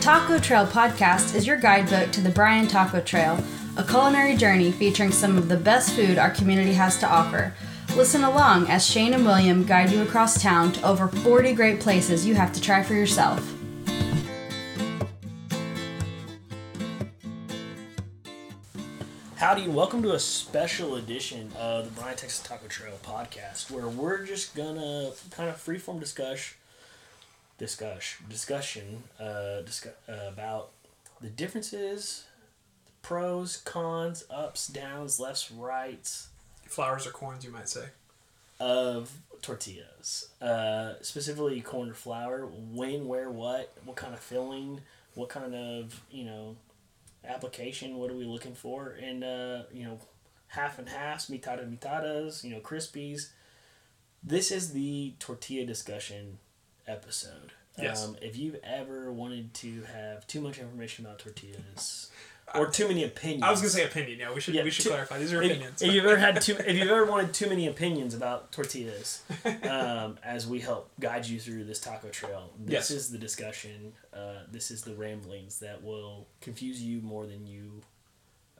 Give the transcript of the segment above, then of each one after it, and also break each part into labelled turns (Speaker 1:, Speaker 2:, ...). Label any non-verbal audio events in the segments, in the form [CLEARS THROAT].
Speaker 1: Taco Trail Podcast is your guidebook to the Bryan Taco Trail, a culinary journey featuring some of the best food our community has to offer. Listen along as Shane and William guide you across town to over 40 great places you have to try for yourself.
Speaker 2: Howdy, and welcome to a special edition of the Bryan Texas Taco Trail podcast, where we're just gonna kind of freeform discuss, discuss, discussion, uh, discuss uh, about the differences, the pros, cons, ups, downs, lefts, rights
Speaker 3: flowers or corns, you might say.
Speaker 2: of tortillas, uh, specifically corn or flour, when, where, what, what kind of filling, what kind of you know application, what are we looking for, and uh, you know half and halves, mitada mitadas, you know crispies. This is the tortilla discussion episode.
Speaker 3: Yes.
Speaker 2: Um, if you've ever wanted to have too much information about tortillas or too many opinions,
Speaker 3: I was gonna say opinion. Yeah, we should
Speaker 2: Yeah,
Speaker 3: we should
Speaker 2: t-
Speaker 3: clarify. These are
Speaker 2: if-
Speaker 3: opinions.
Speaker 2: If, you've ever had too, if
Speaker 3: [LAUGHS]
Speaker 2: you've ever wanted too many opinions about tortillas, um, as we help guide you through this taco trail, this
Speaker 3: Yes.
Speaker 2: is the discussion. Uh, this is the ramblings that will confuse you more than you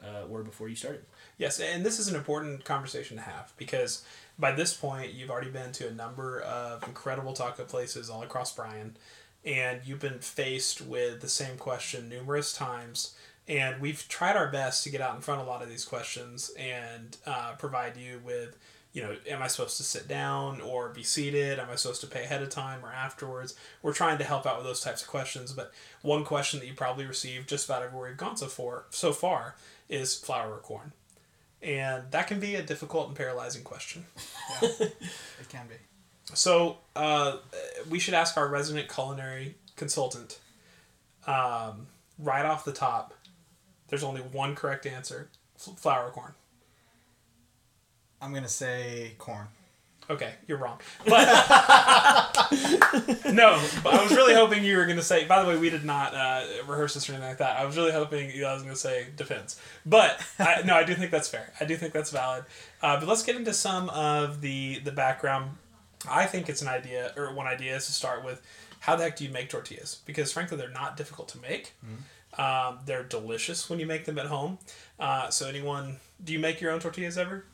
Speaker 2: uh, were before you started.
Speaker 3: yes, and this is an important conversation to have because by this point you've already been to a number of incredible taco places all across Bryan, and you've been faced with the same question numerous times. And we've tried our best to get out in front of a lot of these questions and uh, provide you with, you know, am I supposed to sit down or be seated? Am I supposed to pay ahead of time or afterwards? We're trying to help out with those types of questions. But one question that you probably received just about everywhere you've gone so far, so far is flour or corn. And that can be a difficult and paralyzing question.
Speaker 4: It can be.
Speaker 3: So uh, we should ask our resident culinary consultant um, right off the top. There's only one correct answer: F- flour or corn.
Speaker 4: I'm gonna say corn.
Speaker 3: Okay, you're wrong. But [LAUGHS] no, but I was really hoping you were gonna say. By the way, we did not uh, rehearse this or anything like that. I was really hoping you I was gonna say depends. But I, no, I do think that's fair. I do think that's valid. Uh, but let's get into some of the the background. I think it's an idea or one idea is to start with how the heck do you make tortillas? Because frankly, they're not difficult to make. Um, they're delicious when you make them at home. Uh, so anyone, do you make your own tortillas ever?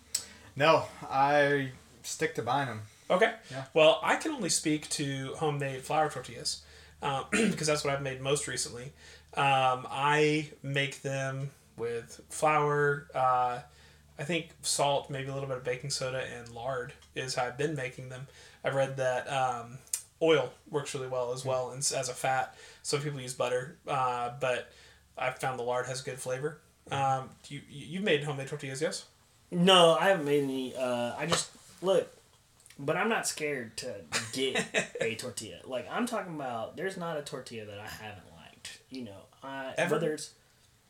Speaker 4: No, I stick to buying them.
Speaker 3: Okay.
Speaker 4: Yeah.
Speaker 3: Well, I can only speak to homemade flour tortillas [CLEARS THROAT] because that's what I've made most recently. Um, I make them with flour, uh, I think salt, maybe a little bit of baking soda, and lard is how I've been making them. I've read that um, oil works really well as well and s- as a fat. Some people use butter, uh, but I've found the lard has good flavor. Um, you, you- you've made homemade tortillas, yes?
Speaker 2: No, I haven't made any. Uh, I just look, but I'm not scared to get
Speaker 3: [LAUGHS]
Speaker 2: a tortilla. Like I'm talking about, there's not a tortilla that I haven't liked. You know, I,
Speaker 3: Ever?
Speaker 2: whether it's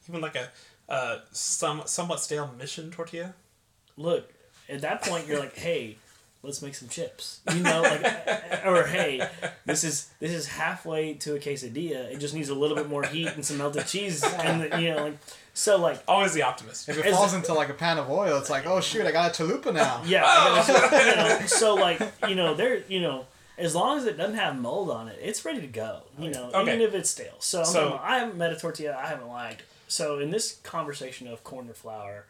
Speaker 3: Even like a uh, some, somewhat stale mission tortilla?
Speaker 2: look at that point you're like hey let's make some chips you know like [LAUGHS] or hey this is this is halfway to a quesadilla it just needs a little bit more heat and some melted cheese and the, you know like so like
Speaker 3: Always the optimist.
Speaker 4: If it
Speaker 2: Is-
Speaker 4: falls into like a pan of oil, it's like, oh shoot, I got a chalupa now.
Speaker 2: [LAUGHS] yeah I gotta- you know, so like you know there you know as long as it doesn't have mold on it it's ready to go you know
Speaker 3: Okay.
Speaker 2: even if it's stale so, I'm
Speaker 3: So-
Speaker 2: talking about, i haven't met a tortilla i haven't liked so in this conversation of corn or flour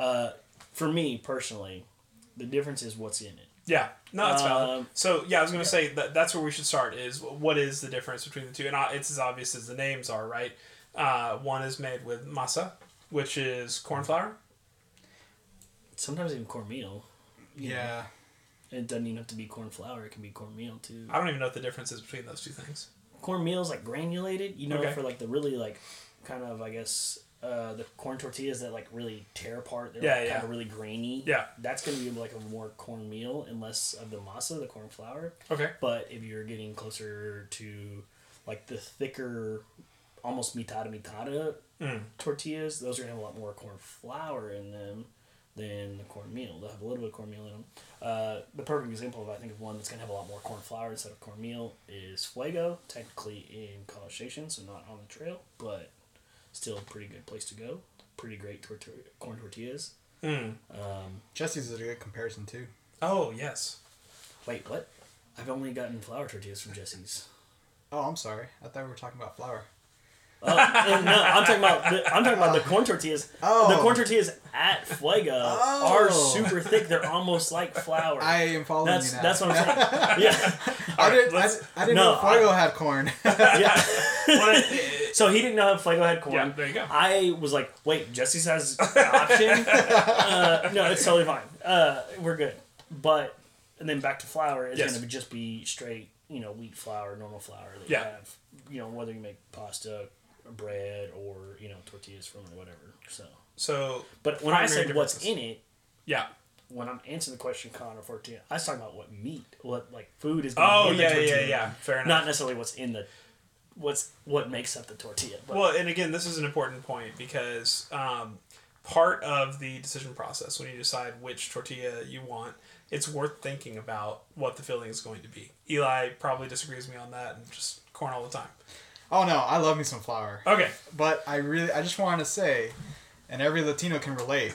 Speaker 2: uh, for me personally the difference is what's in it
Speaker 3: Yeah, no, that's valid.
Speaker 2: Um,
Speaker 3: so yeah, I was gonna say that that's where we should start. Is what is the difference between the two? And uh, it's as obvious as the names are, right? Uh, one is made with masa, which is corn
Speaker 2: Mm-hmm.
Speaker 3: flour.
Speaker 2: sometimes even cornmeal.
Speaker 4: Yeah.
Speaker 2: It doesn't even have to be corn flour. It can be cornmeal too.
Speaker 3: I don't even know what the difference is between those two things.
Speaker 2: Cornmeal's like granulated, you know,
Speaker 3: Okay.
Speaker 2: for like the really like kind of I guess uh, the corn tortillas that like really tear apart. They're
Speaker 3: Yeah,
Speaker 2: like, kind
Speaker 3: yeah.
Speaker 2: of really grainy.
Speaker 3: Yeah.
Speaker 2: that's gonna be like a more cornmeal and less of the masa, the corn flour.
Speaker 3: Okay.
Speaker 2: But if you're getting closer to like the thicker, almost mitada mitada
Speaker 3: Mm.
Speaker 2: tortillas, those are gonna have a lot more corn flour in them than the cornmeal. They'll have a little bit of cornmeal in them. Uh, the perfect example of I think of one that's gonna have a lot more corn flour instead of cornmeal is Fuego, technically in College Station, so not on the trail, but still a pretty good place to go. Pretty great tortilla corn tortillas.
Speaker 3: Mm.
Speaker 2: Um,
Speaker 4: Jesse's is a good comparison too.
Speaker 3: Oh
Speaker 2: [LAUGHS]
Speaker 3: yes.
Speaker 2: wait, what? I've only gotten flour tortillas from Jesse's.
Speaker 4: Oh, I'm sorry. I thought we were talking about flour.
Speaker 2: Oh, and no, I'm talking about the, I'm talking about the corn tortillas.
Speaker 4: Oh.
Speaker 2: The corn tortillas at Fuego
Speaker 4: Oh.
Speaker 2: are super thick. They're almost like flour.
Speaker 4: I am following
Speaker 2: that's
Speaker 4: you now.
Speaker 2: that's what I'm saying. Yeah,
Speaker 4: I didn't. I,
Speaker 3: let's-
Speaker 4: I didn't
Speaker 2: no,
Speaker 4: know Fargo had corn. [LAUGHS]
Speaker 2: yeah.
Speaker 3: What-
Speaker 2: So he didn't know how Fuego had corn.
Speaker 3: Yeah, there you go.
Speaker 2: I was like, wait, Jesse's has an option. uh, no, it's totally fine. Uh, we're good. But and then back to flour it's
Speaker 3: Yes.
Speaker 2: gonna just be straight, you know, wheat flour, normal flour that
Speaker 3: Yeah.
Speaker 2: you have. You know, whether you make pasta, bread, or you know tortillas from it, or whatever. So,
Speaker 3: So
Speaker 2: but when I
Speaker 3: Primary
Speaker 2: said what's in
Speaker 3: differences.
Speaker 2: it,
Speaker 3: yeah.
Speaker 2: when I'm answering the question, Connor fourteen, I was talking about what meat, what like food is. gonna
Speaker 3: Oh
Speaker 2: be in the
Speaker 3: yeah, yeah,
Speaker 2: tortilla.
Speaker 3: yeah. Fair enough.
Speaker 2: Not necessarily what's in the, what's what makes up the tortilla. But
Speaker 3: Well, [LAUGHS] and again, this is an important point because um, part of the decision process when you decide which tortilla you want, it's worth thinking about what the filling is going to be. Eli probably disagrees with me on that and just corn all the time.
Speaker 4: oh no, I love me some flour.
Speaker 3: Okay.
Speaker 4: But I really, I just want to say, and every Latino can
Speaker 3: [LAUGHS]
Speaker 4: relate.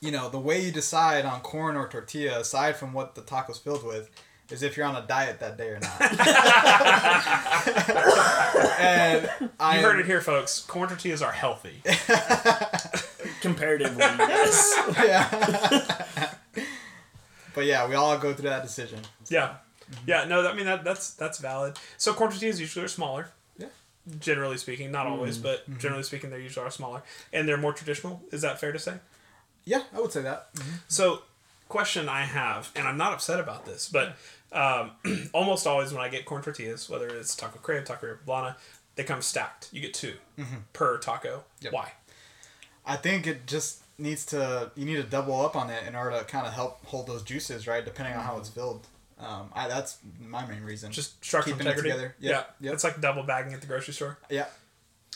Speaker 4: you know, the way you decide on corn or tortilla, aside from what the taco's filled with, is if you're on a diet that day
Speaker 3: [LAUGHS]
Speaker 4: or not. and I
Speaker 3: You heard it here, folks. Corn tortillas are healthy.
Speaker 2: comparatively, yes.
Speaker 4: [LAUGHS] Yeah. [LAUGHS] but yeah, we all go through that decision.
Speaker 3: Yeah. Yeah, no, that- I mean that that's that's valid. So corn tortillas usually are smaller.
Speaker 4: Yeah.
Speaker 3: Generally speaking, not always, but generally speaking, they usually are smaller and they're more traditional. Is that fair to say?
Speaker 4: Yeah, I would say that. Mm-hmm.
Speaker 3: So, question I have, and I'm not upset about this, but um, [CLEARS THROAT] almost always when I get corn tortillas, whether it's taco crave, taco poblana, they come stacked. You get 2
Speaker 2: Mm-hmm.
Speaker 3: per taco.
Speaker 4: Yep.
Speaker 3: Why?
Speaker 4: I think it just needs to you need to double up on it in order to kind of help hold those juices right, depending on how it's filled. Um, I, that's my main reason.
Speaker 3: Mm-hmm. Just structural
Speaker 4: Keeping it
Speaker 3: integrity.
Speaker 4: together. Yep.
Speaker 3: Yeah,
Speaker 4: Yep.
Speaker 3: it's like double bagging at the grocery store.
Speaker 4: yeah,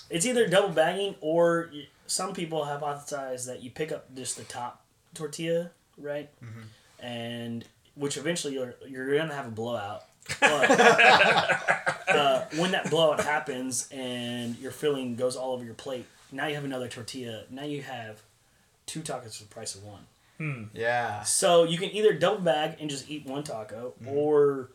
Speaker 2: It's either double bagging or y- some people hypothesize that you pick up just the top tortilla, right? And which eventually you're you're gonna have a blowout. But uh, when that blowout happens and your filling goes all over your plate, now you have another tortilla. Now you have two tacos for the price of one.
Speaker 4: yeah.
Speaker 2: So you can either double bag and just eat one taco,
Speaker 3: Mm-hmm.
Speaker 2: or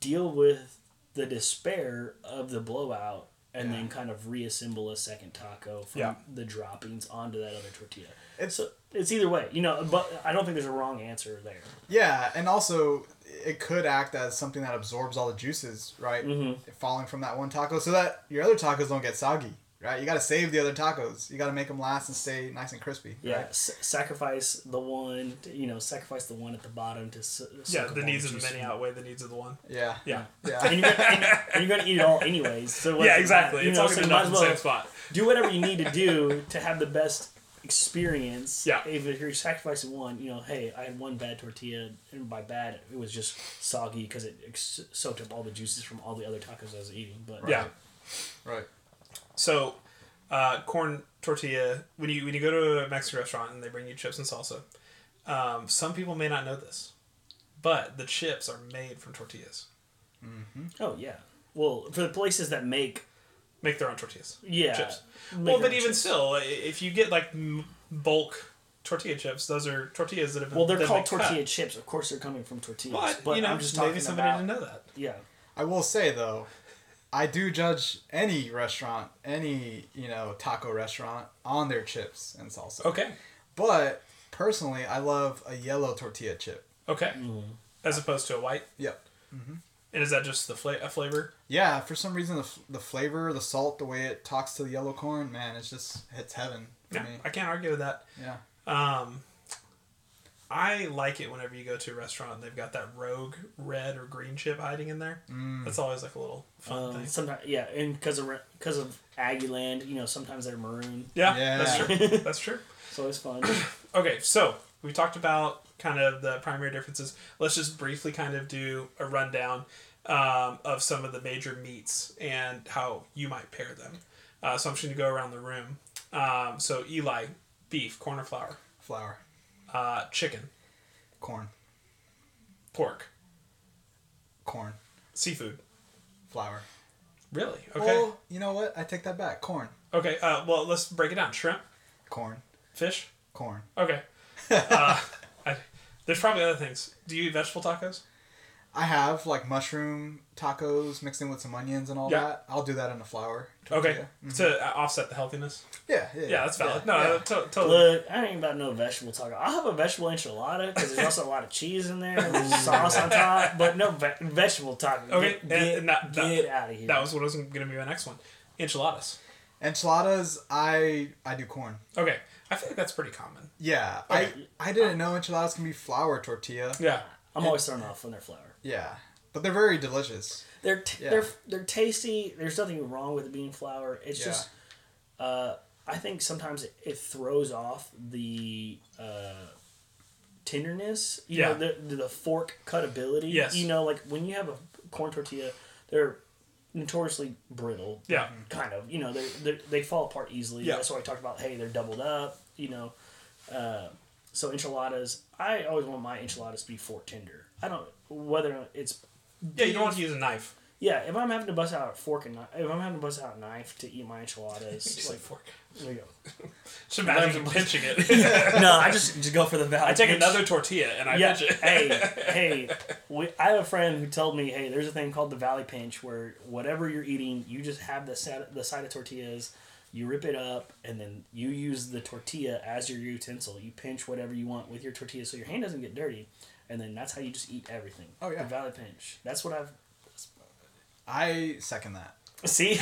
Speaker 2: deal with the despair of the blowout and then kind of reassemble a second taco from
Speaker 3: Yeah.
Speaker 2: the droppings onto that other tortilla.
Speaker 4: It's
Speaker 2: So it's either way, you know. But I don't think there's a wrong answer there.
Speaker 4: yeah, and also it could act as something that absorbs all the juices, right?
Speaker 3: Mm-hmm.
Speaker 4: Falling from that one taco, so that your other tacos don't get soggy, right? You got to save the other tacos. You got to make them last and stay nice and crispy.
Speaker 2: Yeah,
Speaker 4: right?
Speaker 2: s- sacrifice the one, to- you know, sacrifice the one at the bottom to. S-
Speaker 3: Yeah,
Speaker 2: soak
Speaker 3: the
Speaker 2: up all
Speaker 3: needs of the
Speaker 2: juice
Speaker 3: many
Speaker 2: from-
Speaker 3: outweigh the needs of the one.
Speaker 4: Yeah.
Speaker 3: Yeah.
Speaker 4: Yeah.
Speaker 2: And you're, gonna, and, and you're gonna eat it all anyways. So what's
Speaker 3: [LAUGHS] Yeah,
Speaker 2: the-
Speaker 3: exactly.
Speaker 2: You
Speaker 3: it's
Speaker 2: know,
Speaker 3: all
Speaker 2: so
Speaker 3: going
Speaker 2: you
Speaker 3: to
Speaker 2: might
Speaker 3: end
Speaker 2: as
Speaker 3: up in the same
Speaker 2: well-
Speaker 3: spot.
Speaker 2: do whatever you need to do to have the best experience.
Speaker 3: Yeah.
Speaker 2: If you're sacrificing one, you know, hey, I had one bad tortilla, and by bad, it was just soggy because it ex- soaked up all the juices from all the other tacos I was eating. But
Speaker 3: Yeah.
Speaker 4: [LAUGHS] Right.
Speaker 3: So, uh, corn tortilla. When you when you go to a Mexican restaurant and they bring you chips and salsa, um, some people may not know this, but the chips are made from tortillas.
Speaker 2: oh yeah, well for the places that make
Speaker 3: Make their own tortillas.
Speaker 2: yeah,
Speaker 3: Chips.
Speaker 2: make
Speaker 3: well,
Speaker 2: their
Speaker 3: but
Speaker 2: own
Speaker 3: even
Speaker 2: chips.
Speaker 3: still, i- if you get like m- bulk tortilla chips, those are tortillas that have been
Speaker 2: well, they're
Speaker 3: that
Speaker 2: called
Speaker 3: have been cut.
Speaker 2: tortilla chips. Of course, they're coming from tortillas.
Speaker 3: But,
Speaker 2: But,
Speaker 3: you know,
Speaker 2: I'm just talking
Speaker 3: maybe somebody
Speaker 2: about
Speaker 3: didn't know that.
Speaker 2: yeah.
Speaker 4: I will say though, I do judge any restaurant, any you know taco restaurant on their chips and salsa.
Speaker 3: Okay.
Speaker 4: But personally, I love a yellow tortilla chip.
Speaker 3: Okay.
Speaker 2: Mm.
Speaker 3: As opposed to a white,
Speaker 4: Yep.
Speaker 3: and is that just the fla- a flavor?
Speaker 4: Yeah, for some reason the, f- the flavor, the salt, the way it talks to the yellow corn, man, it's just it's heaven for
Speaker 3: Yeah,
Speaker 4: me.
Speaker 3: I can't argue with that.
Speaker 4: Yeah.
Speaker 3: Um, I like it whenever you go to a restaurant and they've got that rogue red or green chip hiding in there. That's always like a little fun
Speaker 2: Mm. Um,
Speaker 3: thing.
Speaker 2: sometimes yeah, and because of because of Aggieland, you know, sometimes they're maroon,
Speaker 3: Yeah,
Speaker 4: Yeah.
Speaker 3: that's true. that's true.
Speaker 2: so it's fun.
Speaker 3: Okay, so we talked about kind of the primary differences. Let's just briefly kind of do a rundown um, of some of the major meats and how you might pair them. Uh, so I'm just going to go around the room. Um, so Eli, beef, corn or flour,
Speaker 4: Flour,
Speaker 3: uh, chicken,
Speaker 4: corn,
Speaker 3: pork,
Speaker 4: corn,
Speaker 3: seafood.
Speaker 4: flour.
Speaker 3: Really? Okay.
Speaker 4: Well, you know what? I take that back. Corn,
Speaker 3: Okay, uh, well, let's break it down. Shrimp,
Speaker 4: corn,
Speaker 3: fish.
Speaker 4: corn. [LAUGHS]
Speaker 3: Okay. Uh, I, there's probably other things. Do you eat vegetable tacos?
Speaker 4: I have like mushroom tacos mixed in with some onions and all
Speaker 3: Yeah.
Speaker 4: that. I'll do that in a flour.
Speaker 3: Okay,
Speaker 4: tortilla.
Speaker 3: to uh, offset the healthiness.
Speaker 4: Yeah, yeah,
Speaker 3: Yeah, that's valid.
Speaker 4: yeah,
Speaker 3: no,
Speaker 4: yeah.
Speaker 3: to- totally.
Speaker 2: Look, I ain't about no vegetable taco. I'll have a vegetable enchilada because there's also a lot of cheese in there and there's sauce on top, but no ve- vegetable taco.
Speaker 3: Okay,
Speaker 2: Get,
Speaker 3: and-
Speaker 2: get,
Speaker 3: and that- that-
Speaker 2: get out of here.
Speaker 3: That was what was going to be my next one. Enchiladas.
Speaker 4: Enchiladas, I I do corn.
Speaker 3: Okay, I feel like that's pretty common.
Speaker 4: Yeah,
Speaker 3: Okay.
Speaker 4: I I didn't know enchiladas can be flour tortilla.
Speaker 3: Yeah.
Speaker 2: I'm always thrown off when they're flour.
Speaker 4: Yeah, but they're very delicious.
Speaker 2: They're t-
Speaker 4: Yeah.
Speaker 2: they're they're tasty. There's nothing wrong with it being flour. It's
Speaker 4: Yeah.
Speaker 2: just uh, I think sometimes it, it throws off the uh, tenderness. You
Speaker 3: Yeah.
Speaker 2: know, the, the fork cutability.
Speaker 3: Yes.
Speaker 2: You know, like when you have a corn tortilla, they're notoriously brittle.
Speaker 3: Yeah.
Speaker 2: Kind of. You know, they they they fall apart easily.
Speaker 3: Yeah.
Speaker 2: That's why I talked about. Hey, they're doubled up. You know. Uh, so enchiladas, I always want my enchiladas to be fork tender. I don't whether it's
Speaker 3: Yeah, you don't want to use a knife.
Speaker 2: yeah, if I'm having to bust out a fork and knife, if I'm having to bust out a knife to eat my
Speaker 3: [LAUGHS]
Speaker 2: enchiladas,
Speaker 3: Just like
Speaker 2: like,
Speaker 3: fork.
Speaker 2: there you
Speaker 3: Just imagine pinching
Speaker 2: [LAUGHS]
Speaker 3: it.
Speaker 2: go. [LAUGHS] no, I just just go for the value.
Speaker 3: I [LAUGHS] take another tortilla and I
Speaker 2: Yeah,
Speaker 3: pinch it.
Speaker 2: hey, hey, we, I have a friend who told me, hey, there's a thing called the Valley Pinch where whatever you're eating, you just have the set, the side of tortillas, you rip it up, and then you use the tortilla as your utensil. You pinch whatever you want with your tortilla, so your hand doesn't get dirty, and then that's how you just eat everything.
Speaker 4: Oh, yeah.
Speaker 2: the Valley Pinch. That's what I've
Speaker 4: I second that. [LAUGHS]
Speaker 2: see.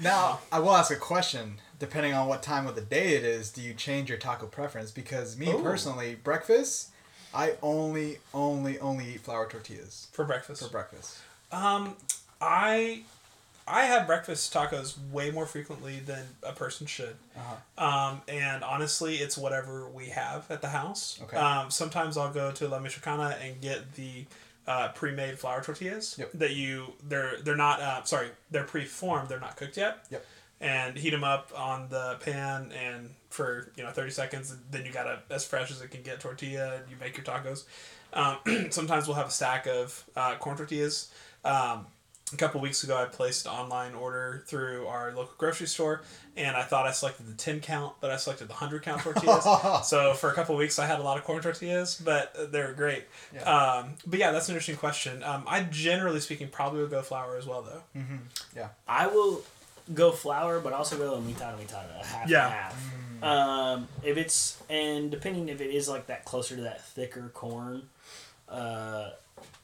Speaker 4: Now I will ask a question. Depending on what time of the day it is, do you change your taco preference? Because me
Speaker 2: Ooh.
Speaker 4: personally, breakfast, I only, only, only eat flour tortillas
Speaker 3: For breakfast.
Speaker 4: for breakfast.
Speaker 3: Um, I I have breakfast tacos way more frequently than a person should.
Speaker 4: Uh-huh.
Speaker 3: Um, and honestly, it's whatever we have at the house.
Speaker 4: Okay.
Speaker 3: Um, sometimes I'll go to La Michoacana and get the uh, pre-made flour tortillas
Speaker 4: Yep.
Speaker 3: that you they're they're not uh, sorry they're pre-formed they're not cooked yet.
Speaker 4: Yep.
Speaker 3: And heat them up on the pan and for you know thirty seconds. Then you got a as fresh as it can get tortilla. and You make your tacos. Um, [CLEARS THROAT] sometimes we'll have a stack of uh, corn tortillas. Um, a couple weeks ago, I placed an online order through our local grocery store, and I thought I selected the 10 count, but I selected the 100 count tortillas. so for a couple weeks, I had a lot of corn tortillas, but uh, they were great. Um, but yeah, that's an interesting question. Um, I generally speaking probably would go flour as well, though.
Speaker 4: Yeah.
Speaker 2: I will go flour, but also go mitada mitada, half
Speaker 3: Yeah.
Speaker 2: and half. Um, if it's and depending if it is like that closer to that thicker corn, uh,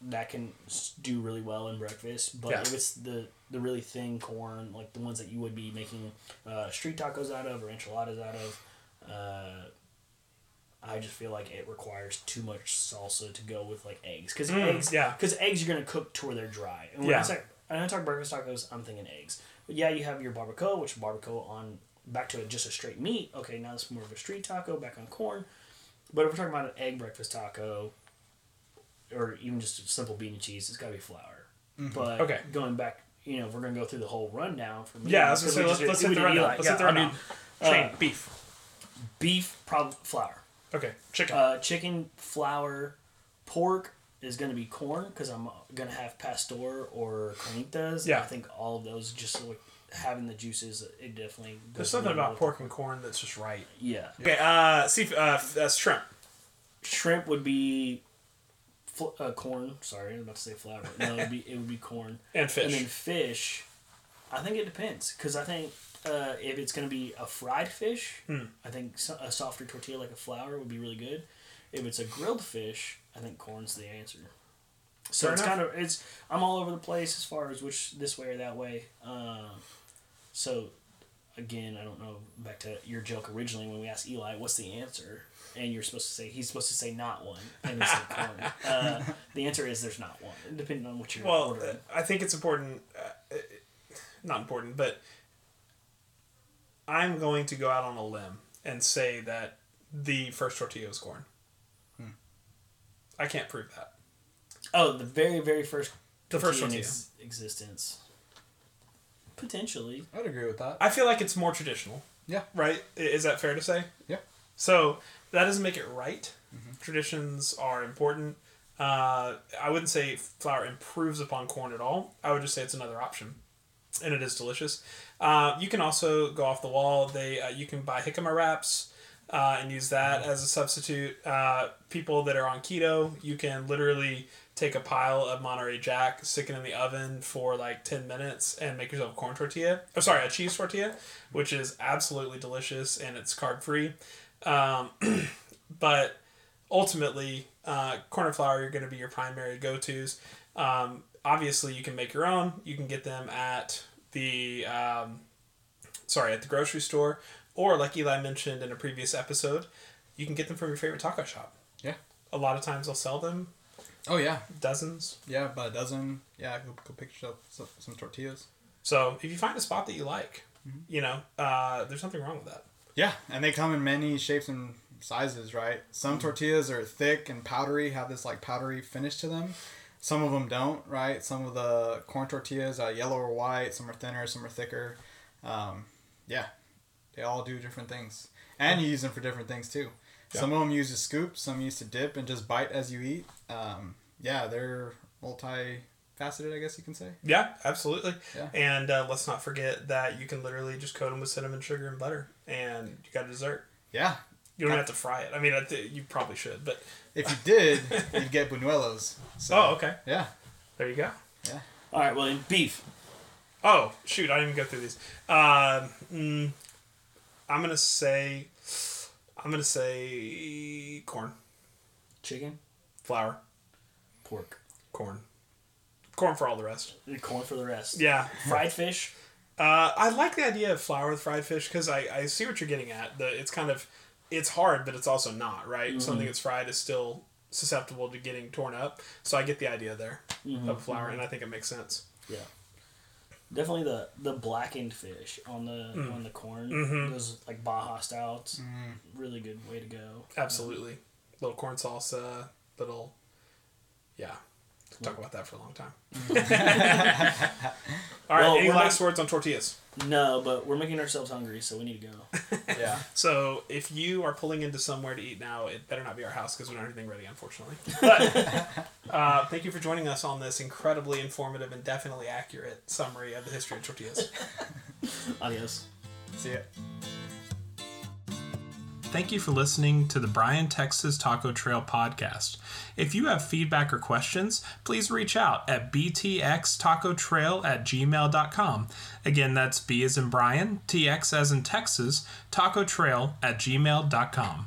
Speaker 2: that can s- do really well in breakfast. But
Speaker 3: Yeah.
Speaker 2: if it's the the really thin corn, like the ones that you would be making uh, street tacos out of or enchiladas out of, uh, I just feel like it requires too much salsa to go with like eggs because
Speaker 3: Mm,
Speaker 2: eggs
Speaker 3: yeah.
Speaker 2: because eggs you're gonna cook to where they're dry. And when
Speaker 3: Yeah.
Speaker 2: I talk, when I talk breakfast tacos, I'm thinking eggs. But yeah, you have your barbacoa, which barbacoa on back to just a straight meat. Okay, now it's more of a street taco back on corn. But if we're talking about an egg breakfast taco, or even just a simple bean and cheese, it's gotta be flour. But
Speaker 3: Mm-hmm. Okay.
Speaker 2: going back, you know, if we're gonna go through the whole rundown for me.
Speaker 3: Yeah, I was gonna
Speaker 2: because
Speaker 3: say,
Speaker 2: we just did-
Speaker 3: let's, let's
Speaker 2: we
Speaker 3: hit the
Speaker 2: did
Speaker 3: rundown.
Speaker 2: Eli.
Speaker 3: Let's
Speaker 2: Yeah,
Speaker 3: hit the
Speaker 2: I mean,
Speaker 3: rundown. Train,
Speaker 2: uh,
Speaker 3: beef.
Speaker 2: beef, prob- flour
Speaker 3: Okay, chicken.
Speaker 2: uh, chicken, flour, pork is going to be corn because I'm going to have pastor or carnitas.
Speaker 3: Yeah.
Speaker 2: I think all of those just like having the juices, it definitely. goes
Speaker 3: There's something
Speaker 2: really well
Speaker 3: about
Speaker 2: with
Speaker 3: pork and corn that's just right.
Speaker 2: the- Yeah.
Speaker 3: Okay, uh, see, uh, f- uh, shrimp.
Speaker 2: Shrimp would be fl- uh, corn. Sorry, I was about to say flour. but No, it would be, it would be corn.
Speaker 3: And fish.
Speaker 2: And then fish, I think it depends because I think uh, if it's going to be a fried fish,
Speaker 3: Hmm.
Speaker 2: I think so- a softer tortilla like a flour would be really good. If it's a grilled fish, I think corn's the answer. So
Speaker 3: Fair
Speaker 2: it's
Speaker 3: enough.
Speaker 2: kind of it's I'm all over the place as far as which this way or that way. Um, so again, I don't know. Back to your joke originally when we asked Eli, "What's the answer?" and you're supposed to say he's supposed to say not one, and it's like
Speaker 3: [LAUGHS]
Speaker 2: corn. Uh, the answer is there's not one, depending on what you're
Speaker 3: Well,
Speaker 2: ordering.
Speaker 3: uh, I think it's important. Uh, it- not important, but I'm going to go out on a limb and say that the first tortilla was corn. Hmm. I can't prove that.
Speaker 2: Oh, the very, very first
Speaker 3: The first
Speaker 2: tortilla in
Speaker 3: tortilla.
Speaker 2: ex- existence. Potentially.
Speaker 4: I'd agree with that.
Speaker 3: I feel like it's more traditional,
Speaker 4: Yeah.
Speaker 3: right? I- Is that fair to say?
Speaker 4: Yeah.
Speaker 3: So that doesn't make it right. Traditions are important. Uh, I wouldn't say flour improves upon corn at all. I would just say it's another option, and it is delicious. Uh, you can also go off the wall. They uh, you can buy jicama wraps. uh, and use that as a substitute. Uh, people that are on keto, you can literally take a pile of Monterey Jack, stick it in the oven for like 10 minutes, and make yourself a corn tortilla. Oh, sorry, a cheese tortilla, which is absolutely delicious and it's carb free. Um, but ultimately, uh, corn and flour are going to be your primary go tos. Um, obviously, you can make your own. You can get them at the um, sorry at the grocery store, or like Eli mentioned in a previous episode, you can get them from your favorite taco shop.
Speaker 4: Yeah.
Speaker 3: A lot of times they'll sell them
Speaker 4: Oh yeah,
Speaker 3: dozens.
Speaker 4: yeah, about a dozen. Yeah, go, go pick yourself some, some tortillas.
Speaker 3: So if you find a spot that you like, you know, uh, there's nothing wrong with that.
Speaker 4: Yeah, and they come in many shapes and sizes, right? Some tortillas are thick and powdery, have this like powdery finish to them. Some of them don't, right? Some of the corn tortillas are yellow or white. Some are thinner, some are thicker. Um, yeah, they all do different things, and you use them for different things too. Some of them use to scoop, some use to dip and just bite as you eat. Um, yeah, they're multifaceted, I guess you can say.
Speaker 3: Yeah, absolutely.
Speaker 4: Yeah.
Speaker 3: And uh, let's not forget that you can literally just coat them with cinnamon, sugar, and butter, and you got a dessert.
Speaker 4: Yeah,
Speaker 3: You don't have to fry it. I mean, I th- you probably should, but
Speaker 4: if you did, you'd get buñuelos. So,
Speaker 3: oh, okay.
Speaker 4: Yeah,
Speaker 3: There you go.
Speaker 2: All right, well, then beef.
Speaker 3: Oh shoot, I didn't even go through these. Um, mm, I'm gonna say, I'm gonna say corn,
Speaker 2: Chicken,
Speaker 3: flour,
Speaker 2: pork,
Speaker 3: corn, corn for all the rest.
Speaker 2: and corn for the rest.
Speaker 3: Yeah,
Speaker 2: Fried fish.
Speaker 3: Uh, I like the idea of flour with fried fish because I, I see what you're getting at. The it's kind of it's hard, but it's also not right. Something that's fried is still susceptible to getting torn up. So I get the idea there of flour, and I think it makes sense.
Speaker 2: Yeah. Definitely the the blackened fish on the
Speaker 3: Mm.
Speaker 2: on the corn.
Speaker 3: Mm-hmm.
Speaker 2: Those like Baja style. It's really good way to go.
Speaker 3: Absolutely, little corn salsa, little yeah. Could Talk about that for a long
Speaker 2: [LAUGHS]
Speaker 3: time. All right,
Speaker 2: Well,
Speaker 3: any
Speaker 2: we're
Speaker 3: last words on tortillas?
Speaker 2: No, but we're making ourselves hungry, so we need to
Speaker 3: [LAUGHS]
Speaker 2: go.
Speaker 4: yeah.
Speaker 3: So if you are pulling into somewhere to eat now, it better not be our house because we don't have anything ready, unfortunately.
Speaker 2: [LAUGHS]
Speaker 3: But uh, thank you for joining us on this incredibly informative and definitely accurate summary of the history of tortillas.
Speaker 2: Adios.
Speaker 4: See ya.
Speaker 3: Thank you for listening to the Bryan, Texas Taco Trail podcast. If you have feedback or questions, please reach out at btxtacotrail at gmail.com. Again, that's B as in Brian, TX as in Texas, taco trail at gmail.com.